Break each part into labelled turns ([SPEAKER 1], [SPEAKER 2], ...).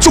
[SPEAKER 1] 足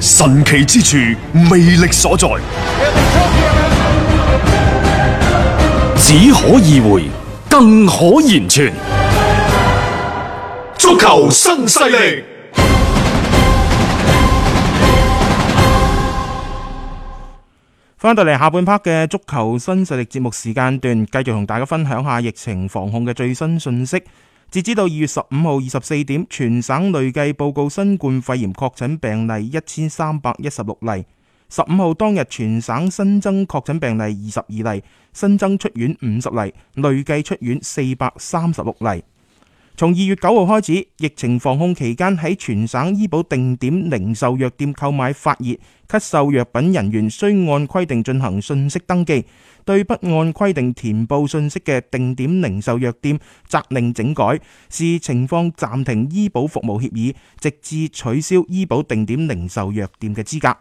[SPEAKER 2] 神奇之處，魅力所在，
[SPEAKER 3] 只可意會，更可言傳。
[SPEAKER 1] 足球新勢力，
[SPEAKER 4] 翻到嚟下半 part 嘅足球新勢力節目時間段，繼續同大家分享下疫情防控嘅最新信息。截止到二月十五號二十四點，全省累計報告新冠肺炎確診病例一千三百一十六例。十五號當日全省新增確診病例二十二例，新增出院五十例，累計出院四百三十六例。從二月九號開始，疫情防控期間喺全省醫保定點零售藥店購買發熱、咳嗽藥品人員需按規定進行信息登記，對不按規定填報信息嘅定點零售藥店責令整改，視情況暫停醫保服務協議，直至取消醫保定點零售藥店嘅資格。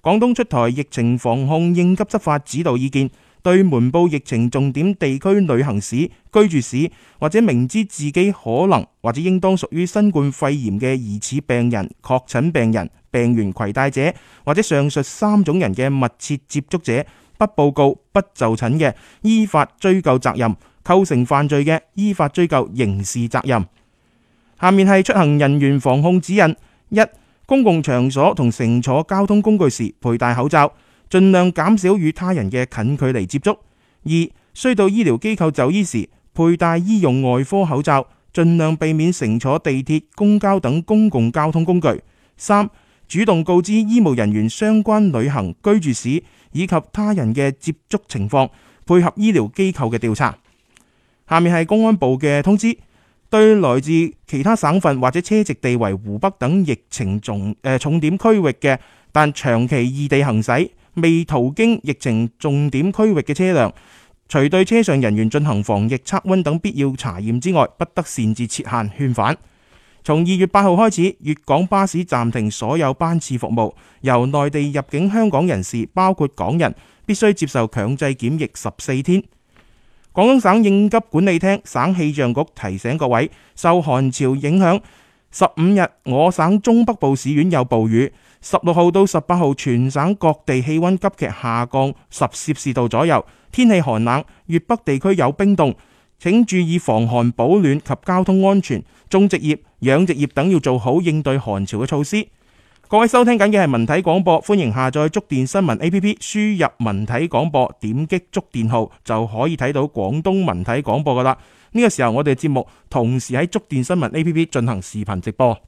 [SPEAKER 4] 廣東出台疫情防控應急執法指導意見，對瞞報疫情重點地區旅行史、居住史或者明知自己可能或者應當屬於新冠肺炎嘅疑似病人、確診病人、病原攜帶者或者上述三種人嘅密切接觸者，不報告、不就診嘅，依法追究責任；構成犯罪嘅，依法追究刑事責任。下面係出行人員防控指引一。公共場所同乘坐交通工具時佩戴口罩，盡量減少與他人嘅近距離接觸。二、需到醫療機構就醫時，佩戴醫用外科口罩，盡量避免乘坐地鐵、公交等公共交通工具。三、主動告知醫務人員相關旅行、居住史以及他人嘅接觸情況，配合醫療機構嘅調查。下面係公安部嘅通知。對來自其他省份或者車籍地為湖北等疫情重誒、呃、重點區域嘅，但長期異地行駛、未途經疫情重點區域嘅車輛，除對車上人員進行防疫測溫等必要查驗之外，不得擅自設限勸返。從二月八號開始，粵港巴士暫停所有班次服務，由內地入境香港人士，包括港人，必須接受強制檢疫十四天。廣東省應急管理廳、省氣象局提醒各位，受寒潮影響，十五日我省中北部市縣有暴雨。十六號到十八號，全省各地氣温急劇下降十攝氏度左右，天氣寒冷，粵北地區有冰凍。請注意防寒保暖及交通安全，種植業、養殖業等要做好應對寒潮嘅措施。各位收聽緊嘅係文體廣播，歡迎下載觸電新聞 A P P，輸入文體廣播，點擊觸電號就可以睇到廣東文體廣播噶啦。呢個時候我哋節目同時喺觸電新聞 A P P 進行視頻直播，
[SPEAKER 5] 誒、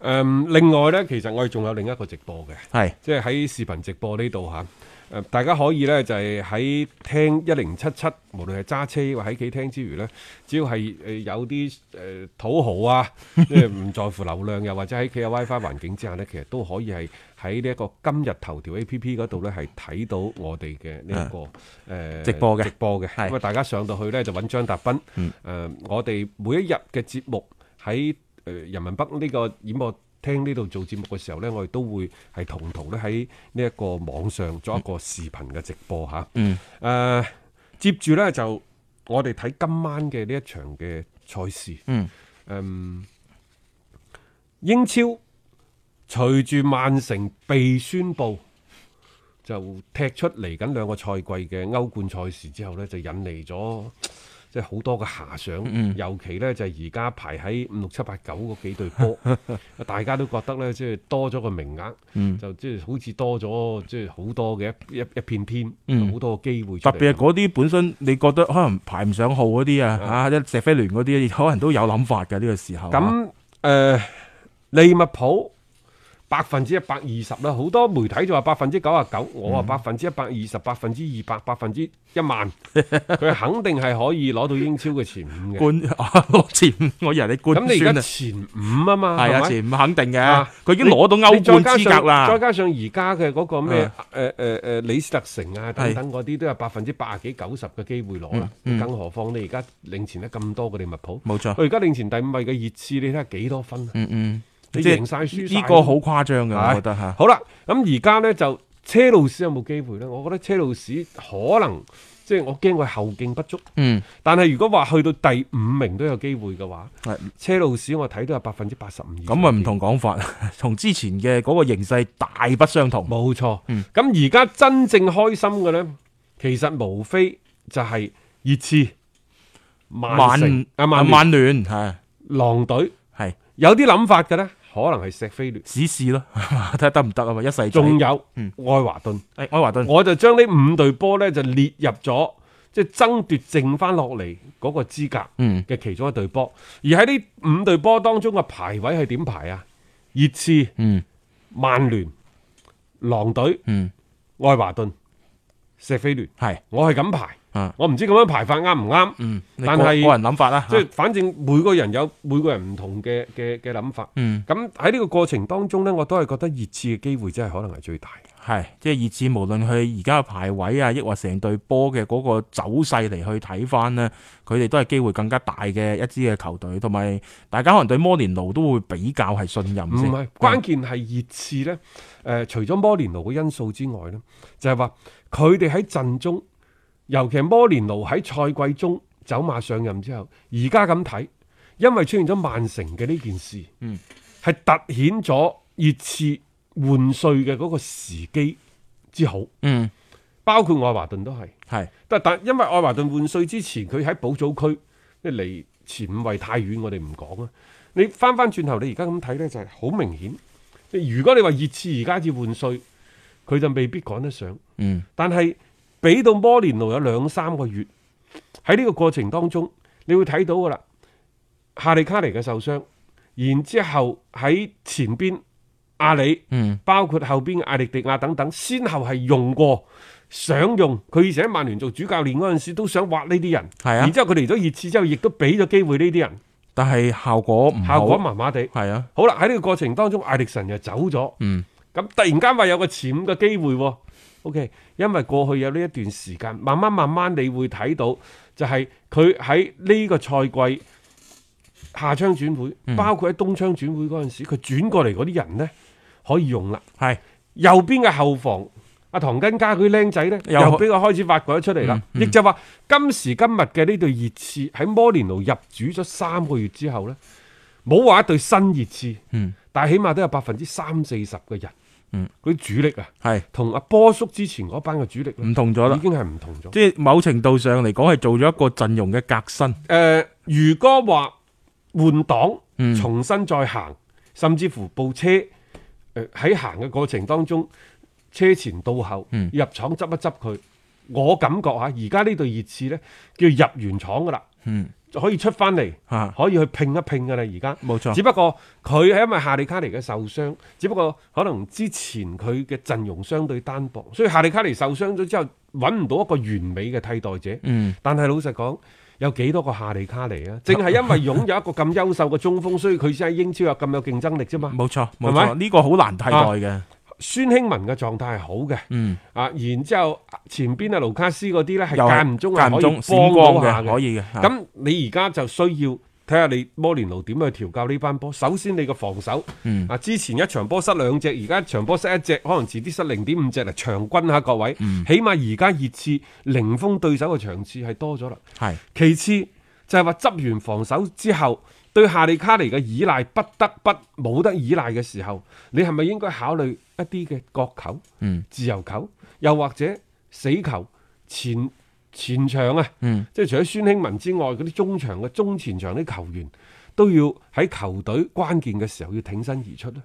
[SPEAKER 5] 嗯另外呢，其實我哋仲有另一個直播嘅，
[SPEAKER 4] 係
[SPEAKER 5] 即係喺視頻直播呢度嚇。誒、呃大家可以呢，就係、喺聽一零七七，無論係揸車或喺企聽之餘呢，只要係誒有啲誒、呃土豪啊， 即係唔在乎流量，又或者喺企有 WiFi 環境之下呢，其實都可以係喺呢一個今日頭條 A P P 嗰度呢，係睇到我哋嘅呢一個誒、呃
[SPEAKER 4] 啊直播嘅
[SPEAKER 5] 直播嘅。
[SPEAKER 4] 係
[SPEAKER 5] 咁啊，大家上到去呢，就揾張達斌。誒、我哋每一日嘅節目喺誒、呃人民北呢個演播廳呢度做節目嘅時候呢，我哋都會係同途咧喺呢一個網上做一個視頻嘅直播嚇。嗯。誒、接住呢，就我哋睇今晚嘅呢一場嘅賽事。
[SPEAKER 4] 嗯。
[SPEAKER 5] 誒英超隨住曼城被宣布。就踢出嚟緊兩個賽季嘅歐冠賽事之後呢，就引嚟咗即係好多嘅遐想，
[SPEAKER 4] 嗯
[SPEAKER 5] 尤其呢，就係而家排喺五六七八九嗰幾隊 波，大家都覺得呢，即係多咗個名額，
[SPEAKER 4] 嗯
[SPEAKER 5] 就即係好似多咗即係好多嘅一一一片天，好、多嘅機會出
[SPEAKER 4] 嗯特
[SPEAKER 5] 嚟。
[SPEAKER 4] 別係嗰啲本身你覺得可能排唔上號嗰啲啊，
[SPEAKER 5] 嗯
[SPEAKER 4] 啊，即石飛聯嗰哦啲，可能都有諗法嘅呢個時候。
[SPEAKER 5] 呃咁誒、利物浦百分之一百二十啦，好多媒體就話百分之九啊九，
[SPEAKER 4] 嗯
[SPEAKER 5] 我話百分之一百二十、百分之二百、百分之一萬， 佢肯定係可以攞到英超嘅前五 嘅。
[SPEAKER 4] 冠攞前五，我以為你
[SPEAKER 5] 咁
[SPEAKER 4] 冠
[SPEAKER 5] 你而
[SPEAKER 4] 宣
[SPEAKER 5] 家
[SPEAKER 4] 啊，
[SPEAKER 5] 前五啊嘛，
[SPEAKER 4] 係啊，
[SPEAKER 5] 咪
[SPEAKER 4] 前五肯定嘅
[SPEAKER 5] 啊，
[SPEAKER 4] 佢已經攞到
[SPEAKER 5] 你
[SPEAKER 4] 歐
[SPEAKER 5] 再
[SPEAKER 4] 冠
[SPEAKER 5] 加
[SPEAKER 4] 資
[SPEAKER 5] 上
[SPEAKER 4] 格啦
[SPEAKER 5] 再。加上而家嘅嗰個咩
[SPEAKER 4] 啊
[SPEAKER 5] 誒誒誒李斯特城啊等
[SPEAKER 4] 係
[SPEAKER 5] 等嗰啲，都有百分之八十幾九十嘅機會攞啦。
[SPEAKER 4] 嗯
[SPEAKER 5] 更何況你而家領前得咁多嘅利物浦，
[SPEAKER 4] 冇錯
[SPEAKER 5] 佢而家領前第五位嘅熱刺，你睇下幾多分啊？
[SPEAKER 4] 嗯嗯，
[SPEAKER 5] 你
[SPEAKER 4] 即係
[SPEAKER 5] 贏晒輸晒啊
[SPEAKER 4] 呢個好誇張嘅，我覺得嚇。
[SPEAKER 5] 好啦，咁而家呢，就車路士有冇機會呢？我覺得車路士可能即係我驚佢後勁不足，
[SPEAKER 4] 嗯，
[SPEAKER 5] 但係如果話去到第五名都有機會嘅話
[SPEAKER 4] 係，
[SPEAKER 5] 車路士我睇到有百分之八十五。
[SPEAKER 4] 咁啊唔，同講法， 同之前嘅嗰個形勢大不相同。
[SPEAKER 5] 冇錯。咁而家真正開心嘅呢，其實無非就係熱刺、曼城
[SPEAKER 4] 曼
[SPEAKER 5] 啊、曼聯
[SPEAKER 4] 曼聯係
[SPEAKER 5] 狼隊，
[SPEAKER 4] 係
[SPEAKER 5] 有啲諗法嘅呢，可能係石飛聯，
[SPEAKER 4] 指示咯， 睇下得唔得啊嘛，一世仔
[SPEAKER 5] 仲有
[SPEAKER 4] 嗯
[SPEAKER 5] 愛華頓。
[SPEAKER 4] 誒愛華頓
[SPEAKER 5] 我就將呢五隊波呢就列入咗即係爭奪剩翻落嚟嗰個資格
[SPEAKER 4] 嗯
[SPEAKER 5] 嘅其中一隊波。而喺呢五隊波當中嘅排位係點排啊？熱刺、
[SPEAKER 4] 嗯
[SPEAKER 5] 曼聯、狼隊、
[SPEAKER 4] 嗯
[SPEAKER 5] 愛華頓、石飛聯，
[SPEAKER 4] 係
[SPEAKER 5] 我係咁排。
[SPEAKER 4] 啊
[SPEAKER 5] 我唔知咁樣排法啱唔啱，
[SPEAKER 4] 嗯，你
[SPEAKER 5] 但
[SPEAKER 4] 個
[SPEAKER 5] 係
[SPEAKER 4] 個人諗法啦，
[SPEAKER 5] 即係反正每個人有每個人唔同嘅嘅嘅諗法。
[SPEAKER 4] 嗯
[SPEAKER 5] 咁喺呢個過程當中呢，我都係覺得熱刺嘅機會真係可能係最大嘅。
[SPEAKER 4] 係即係熱刺，無論佢而家嘅排位啊，抑或成隊波嘅嗰個走勢嚟去睇翻呢，佢哋都係機會更加大嘅一支嘅球隊，同埋大家可能對摩連奴都會比較係信任
[SPEAKER 5] 唔
[SPEAKER 4] 先。嗯
[SPEAKER 5] 係，關鍵係熱刺呢。誒、呃除咗摩連奴嘅因素之外呢，就係話佢哋喺陣中，尤其係摩連奴喺賽季中走馬上任之後，而家咁睇，因為出現咗曼城嘅呢件事，嗯，係突顯咗熱刺換帥嘅嗰個時機之好，
[SPEAKER 4] 嗯
[SPEAKER 5] 包括愛華頓都係。
[SPEAKER 4] 係
[SPEAKER 5] 但但因為愛華頓換帥之前，佢喺保組區，即係離前五位太遠，我哋唔講啊。你翻翻轉頭，你而家咁睇呢，就係、好明顯。即係如果你話熱刺而家至換帥，佢就未必趕得上。
[SPEAKER 4] 嗯
[SPEAKER 5] 但係俾到摩連奴有兩三個月，喺呢個過程當中，你會睇到噶啦，夏利卡尼嘅受傷，然之後喺前邊阿里，
[SPEAKER 4] 嗯
[SPEAKER 5] 包括後邊嘅艾力迪亞等等，先後係用過。想用佢以前喺曼聯做主教練嗰陣時，都想挖呢啲人，
[SPEAKER 4] 係啊
[SPEAKER 5] 然之後佢嚟咗熱刺之後，亦都俾咗機會呢啲人，
[SPEAKER 4] 但係效果唔
[SPEAKER 5] 效果
[SPEAKER 4] 嗯好
[SPEAKER 5] 麻麻地。
[SPEAKER 4] 係啊，
[SPEAKER 5] 好啦，喺呢個過程當中，艾力神又走咗，
[SPEAKER 4] 嗯
[SPEAKER 5] 咁突然間話有個潛嘅機會喎。O.K.，因為過去有呢一段時間，慢慢慢慢你會睇到，就係佢喺呢個賽季夏窗轉會，包括喺冬窗轉會嗰陣時，佢轉過嚟嗰啲人呢，可以用啦。
[SPEAKER 4] 係
[SPEAKER 5] 右邊嘅後防，阿唐根家嗰啲僆仔呢，
[SPEAKER 4] 又嗯
[SPEAKER 5] 又俾佢開始發掘咗出嚟啦。亦、就話今時今日嘅呢隊熱刺喺摩連奴入主咗三個月之後呢，冇話一隊新熱刺，
[SPEAKER 4] 嗯
[SPEAKER 5] 但係起碼都有百分之三四十嘅人，
[SPEAKER 4] 嗯
[SPEAKER 5] 嗰啲主力啊。
[SPEAKER 4] 係
[SPEAKER 5] 同阿波叔之前嗰班嘅主力呢
[SPEAKER 4] 唔同咗啦
[SPEAKER 5] 已。經係唔同咗。誒、
[SPEAKER 4] 即係某程度上嚟講係做咗一個陣容嘅革新。
[SPEAKER 5] 呃如果話換檔
[SPEAKER 4] 嗯，
[SPEAKER 5] 重新再行，甚至乎部車誒喺行嘅過程當中，車前到後，
[SPEAKER 4] 嗯
[SPEAKER 5] 入廠執一執佢，我感覺嚇，而家呢隊熱刺呢，叫入完廠噶啦，
[SPEAKER 4] 嗯
[SPEAKER 5] 可以出翻嚟，
[SPEAKER 4] 啊
[SPEAKER 5] 可以去拼一拼噶啦，而家。
[SPEAKER 4] 冇錯
[SPEAKER 5] 只不過佢係因為夏利卡尼嘅受傷，只不過可能之前佢嘅陣容相對單薄，所以夏利卡尼受傷咗之後揾唔到一個完美嘅替代者。
[SPEAKER 4] 嗯，
[SPEAKER 5] 但係老實講，有幾多個夏利卡尼啊？正 係因為擁有一個咁優秀嘅中鋒，所以佢先喺英超有咁有競爭力啫嘛。
[SPEAKER 4] 冇錯冇
[SPEAKER 5] 係
[SPEAKER 4] 錯，呢個好難替代嘅。
[SPEAKER 5] 孫興文嘅狀態係好嘅，
[SPEAKER 4] 嗯，
[SPEAKER 5] 啊，然之後前邊啊盧卡斯嗰啲呢，係
[SPEAKER 4] 又係
[SPEAKER 5] 間唔中係
[SPEAKER 4] 間
[SPEAKER 5] 可
[SPEAKER 4] 唔
[SPEAKER 5] 以
[SPEAKER 4] 中閃
[SPEAKER 5] 幫到
[SPEAKER 4] 光
[SPEAKER 5] 下
[SPEAKER 4] 嘅，可
[SPEAKER 5] 嘅。
[SPEAKER 4] 以嘅。啊
[SPEAKER 5] 咁你而家就需要睇下你摩連奴點去調教呢班波。首先你嘅防守，
[SPEAKER 4] 嗯
[SPEAKER 5] 啊之前一場波失兩隻，而家一場波失一隻，可能遲啲失零點五隻嚟長均下各位。
[SPEAKER 4] 嗯
[SPEAKER 5] 起碼而家熱刺零封對手嘅場次係多咗啦。
[SPEAKER 4] 係
[SPEAKER 5] 其次就係話執完防守之後，對夏利卡尼嘅依賴不得不冇得依賴嘅時候，你係咪應該考慮一啲嘅角球、
[SPEAKER 4] 嗯
[SPEAKER 5] 自由球，又或者死球前前場啊？
[SPEAKER 4] 嗯
[SPEAKER 5] 即係除咗孫興文之外，嗰啲中場嘅中前場啲球員都要喺球隊關鍵嘅時候要挺身而出咧。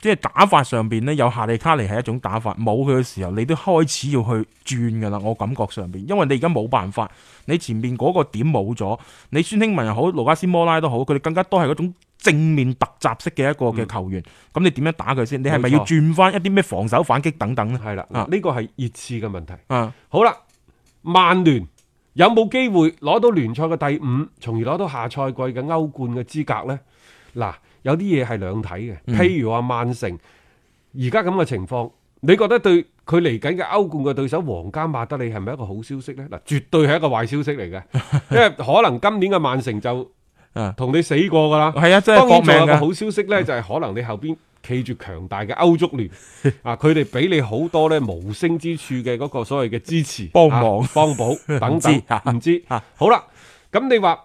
[SPEAKER 4] 即係打法上邊咧，有夏利卡尼係一種打法，冇佢嘅時候，你都開始要去轉噶啦。我感覺上邊，因為你而家冇辦法，你前面嗰個點冇咗，你孫興文又好，盧加斯摩拉都好，佢哋更加多係嗰種正面突襲式嘅一個
[SPEAKER 5] 嗯
[SPEAKER 4] 嘅球員，咁、你點樣打佢先？你係咪
[SPEAKER 5] 冇錯
[SPEAKER 4] 要轉翻一啲咩防守反擊等等呢？
[SPEAKER 5] 系啦，
[SPEAKER 4] 啊
[SPEAKER 5] 嗱呢個係熱刺嘅問題。
[SPEAKER 4] 啊，
[SPEAKER 5] 好啦，曼聯有冇機會攞到聯賽嘅第五，從而攞到下賽季嘅歐冠嘅資格呢？嗱，有啲嘢係兩睇嘅，譬如話曼城而家咁嘅情況，你覺得對佢嚟緊嘅歐冠嘅對手皇家馬德里係咪一個好消息呢？嗱，絕對係一個壞消息嚟嘅，因為可能今年嘅曼城就
[SPEAKER 4] 啊
[SPEAKER 5] 同你死過噶啦。
[SPEAKER 4] 係啊，真係
[SPEAKER 5] 當
[SPEAKER 4] 搏
[SPEAKER 5] 然仲
[SPEAKER 4] 命
[SPEAKER 5] 有個
[SPEAKER 4] 嘅。
[SPEAKER 5] 好消息呢，就係可能你後邊企住強大嘅歐足 聯啊，佢哋俾你好多呢無聲之處嘅嗰個所謂嘅支持、
[SPEAKER 4] 幫忙
[SPEAKER 5] 啊幫 補等
[SPEAKER 4] 知啊
[SPEAKER 5] 等，唔知
[SPEAKER 4] 啊
[SPEAKER 5] 好啦，咁你話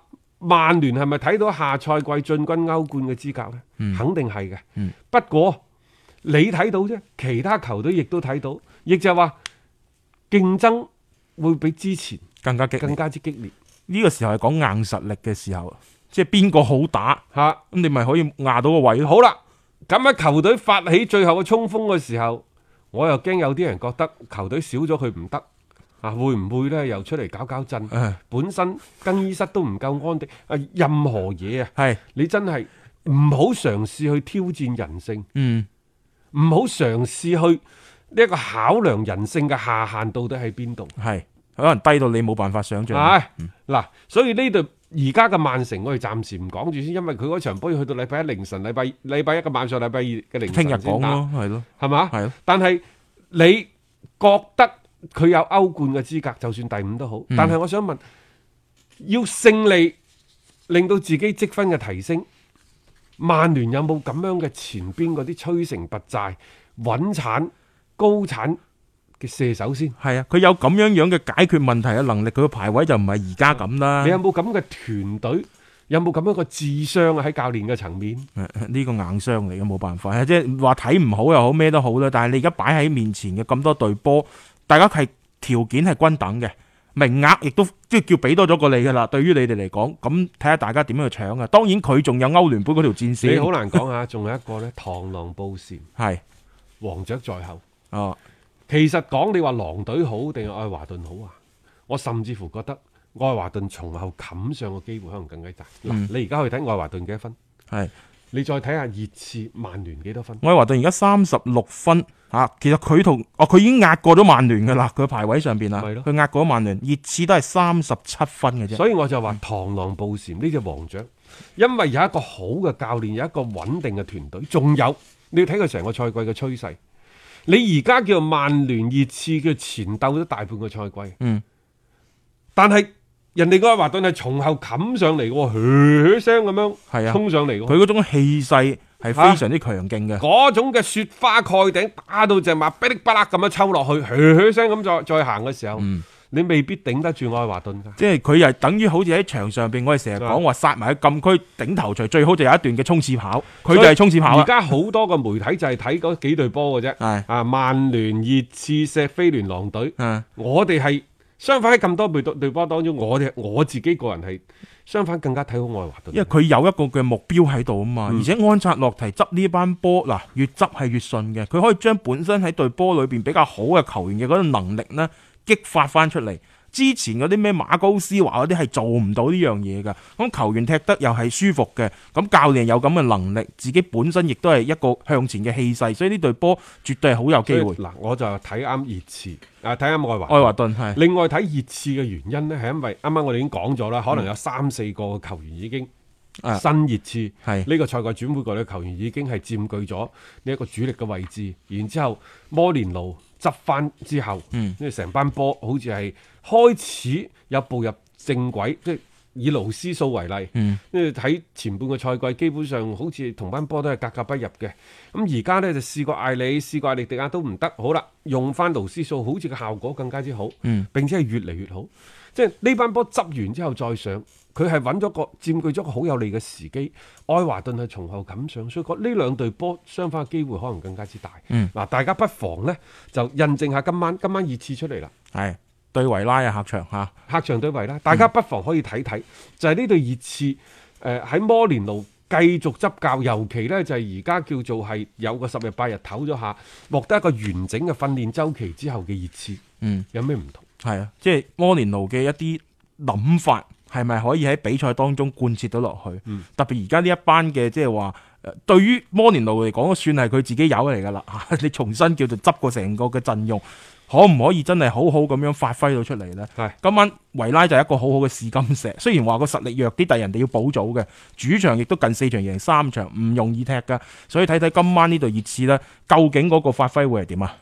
[SPEAKER 5] 曼聯係咪睇到下賽季進軍歐冠嘅資格呢？
[SPEAKER 4] 嗯
[SPEAKER 5] 肯定係嘅。不過你睇到啫，其他球隊亦都睇到，亦就係話競爭會比之前
[SPEAKER 4] 更加激烈
[SPEAKER 5] 更加之激烈
[SPEAKER 4] 呢個時候係講硬實力嘅時候，即係邊個好打，
[SPEAKER 5] 嚇。
[SPEAKER 4] 咁你咪可以壓到個位咯。
[SPEAKER 5] 好啦，咁喺球隊發起最後嘅衝鋒嘅時候，我又驚有啲人覺得球隊少咗佢唔得。啊，會唔會呢？又出嚟搞搞震？
[SPEAKER 4] 啊
[SPEAKER 5] 本身更衣室都唔夠安定。啊，任何嘢啊，
[SPEAKER 4] 係，
[SPEAKER 5] 你真係唔好嘗試去挑戰人性，
[SPEAKER 4] 嗯，
[SPEAKER 5] 唔好嘗試去呢一個考量人性嘅下限到底喺邊度。
[SPEAKER 4] 係，可能低到你冇辦法想象。
[SPEAKER 5] 唉，嗱，所以呢度而家嘅曼城，我哋暫時唔講住先，因為佢嗰場波要去到禮拜一凌晨、禮拜禮拜一嘅晚上、禮拜二嘅凌晨
[SPEAKER 4] 聽日
[SPEAKER 5] 先
[SPEAKER 4] 講
[SPEAKER 5] 打，
[SPEAKER 4] 咯，係咯，
[SPEAKER 5] 係啊嘛？
[SPEAKER 4] 係咯。
[SPEAKER 5] 但係你覺得佢有歐冠嘅資格，就算第五都好。但係我想問，要勝利令到自己積分嘅提升，曼聯有冇咁樣嘅前邊嗰啲摧城拔寨、穩產、高產嘅射手先？
[SPEAKER 4] 係啊，佢有咁樣樣嘅解決問題嘅能力，佢個排位就唔係而家咁啦。
[SPEAKER 5] 你有冇咁嘅團隊？有冇咁樣嘅智商啊？喺教練嘅層面，
[SPEAKER 4] 呢個硬傷嚟嘅，冇辦法，即係話睇唔好又好，咩都好啦。但係你而家擺喺面前嘅咁多隊波，大家係條件係均等嘅，名額亦都即係叫俾多咗過你噶啦。對於你哋嚟講，咁睇下大家點樣去搶啊。當然佢仲有歐聯杯嗰條戰線，
[SPEAKER 5] 你好難講啊！仲有一個呢，螳螂捕蟬，
[SPEAKER 4] 係
[SPEAKER 5] 黃雀在後。
[SPEAKER 4] 哦，
[SPEAKER 5] 其實講你話狼隊好定係愛華頓好啊？我甚至乎覺得愛華頓從後冚上嘅機會可能更加大。嗱、你而家去睇愛華頓幾多分？
[SPEAKER 4] 係。
[SPEAKER 5] 你再睇下熱刺、曼聯幾多分？
[SPEAKER 4] 愛華頓而家三十六分嚇、啊其實佢同哦佢已經壓過咗曼聯噶啦，佢排位上邊啦，啊
[SPEAKER 5] 咪咯
[SPEAKER 4] 佢壓過咗曼聯，熱刺都係三十七分嘅啫。
[SPEAKER 5] 所以我就話螳螂捕蟬呢只黃雀，因為有一個好嘅教練，有一個穩定嘅團隊，仲有你要睇佢成個賽季嘅趨勢。你而家叫曼聯熱刺叫前鬥咗大半個賽季，
[SPEAKER 4] 嗯，
[SPEAKER 5] 但係人哋愛華頓係從後冚上嚟嘅喎，嘘嘘聲咁樣，
[SPEAKER 4] 係啊
[SPEAKER 5] 衝上嚟嘅喎，
[SPEAKER 4] 佢嗰種氣勢係非常之強勁嘅。
[SPEAKER 5] 嗰種嘅雪花蓋頂打到只馬噼里啪啦咁樣抽落去，嘘嘘聲咁再再行嘅時候，
[SPEAKER 4] 嗯
[SPEAKER 5] 你未必頂得住愛華頓㗎。
[SPEAKER 4] 即係佢又等於好似喺場上邊，我哋成日講話殺埋喺禁區頂頭鎚，最好就有一段嘅衝刺跑，佢就係衝刺跑啊
[SPEAKER 5] 而
[SPEAKER 4] 啦。
[SPEAKER 5] 家好多個媒體就係睇嗰幾隊波嘅啫
[SPEAKER 4] 係。
[SPEAKER 5] 啊，曼聯、熱刺、石飛聯、狼隊，
[SPEAKER 4] 嗯，
[SPEAKER 5] 我哋係相反喺咁多隊隊波當中，我哋我自己個人係相反更加睇好愛華頓。
[SPEAKER 4] 因為佢有一個嘅目標喺度啊嘛，而且安察洛提執呢班波嗱，越執係越順嘅，佢可以將本身喺隊波裏邊比較好嘅球員嘅嗰種能力呢激發翻出嚟。之前嗰啲咩馬高斯華嗰啲係做唔到呢樣嘢㗎，咁球員踢得又係舒服嘅，咁教練有咁嘅能力，自己本身亦都係一個向前嘅氣勢，所以呢隊波絕對係好有機
[SPEAKER 5] 所
[SPEAKER 4] 會
[SPEAKER 5] 以。嗱，我就睇啱熱刺，啊睇啱愛華
[SPEAKER 4] 愛華頓係。
[SPEAKER 5] 另外睇熱刺嘅原因呢，係因為啱啱我哋已經講咗啦，可能有三四個球員已經
[SPEAKER 4] 嗯啊
[SPEAKER 5] 新熱刺
[SPEAKER 4] 係
[SPEAKER 5] 呢個賽季轉會過嚟嘅球員已經係佔據咗呢一個主力嘅位置，然之後摩連奴執翻之後，
[SPEAKER 4] 嗯
[SPEAKER 5] 因為成班波好似係開始有步入正軌，即係。以勞斯數為例，
[SPEAKER 4] 嗯
[SPEAKER 5] 因為喺前半個賽季基本上好似同班波都係格格不入嘅。咁而家呢，就試過艾里，試過艾力迪亞都唔得，好啦，用翻勞斯數，好似個效果更加之好，並且係越嚟越好。即係呢班波執完之後再上，佢係揾咗個佔據咗個好有利嘅時機。愛華頓係從後冚上，所以覺得呢兩隊波雙方嘅機會可能更加之大。嗱、大家不妨呢，就印證下今晚今晚熱刺出嚟啦。
[SPEAKER 4] 系對維拉啊客場吓，
[SPEAKER 5] 客場對維啦，大家不妨可以睇睇，就係呢隊熱刺誒喺摩連奴繼續執教，尤其呢就係而家叫做係有個十日八日唞咗下，獲得一個完整嘅訓練周期之後嘅熱刺，
[SPEAKER 4] 嗯，
[SPEAKER 5] 有咩唔同？
[SPEAKER 4] 係啊，即係摩連奴嘅一啲諗法係咪可以喺比賽當中貫徹到落去？特別而家呢一班嘅即係話，呃對於摩連奴嚟講，算係佢自己友嚟㗎啦。 你重新叫做執過成個嘅陣容，可唔可以真係好好咁樣發揮到出嚟呢？
[SPEAKER 5] 係
[SPEAKER 4] 今晚維拉就係一個好好嘅試金石，雖然話個實力弱啲，但係人哋要補組嘅，主場亦都近四場贏三場，唔容易踢㗎。所以睇睇今晚呢隊熱刺呢，究竟嗰個發揮會係點啊？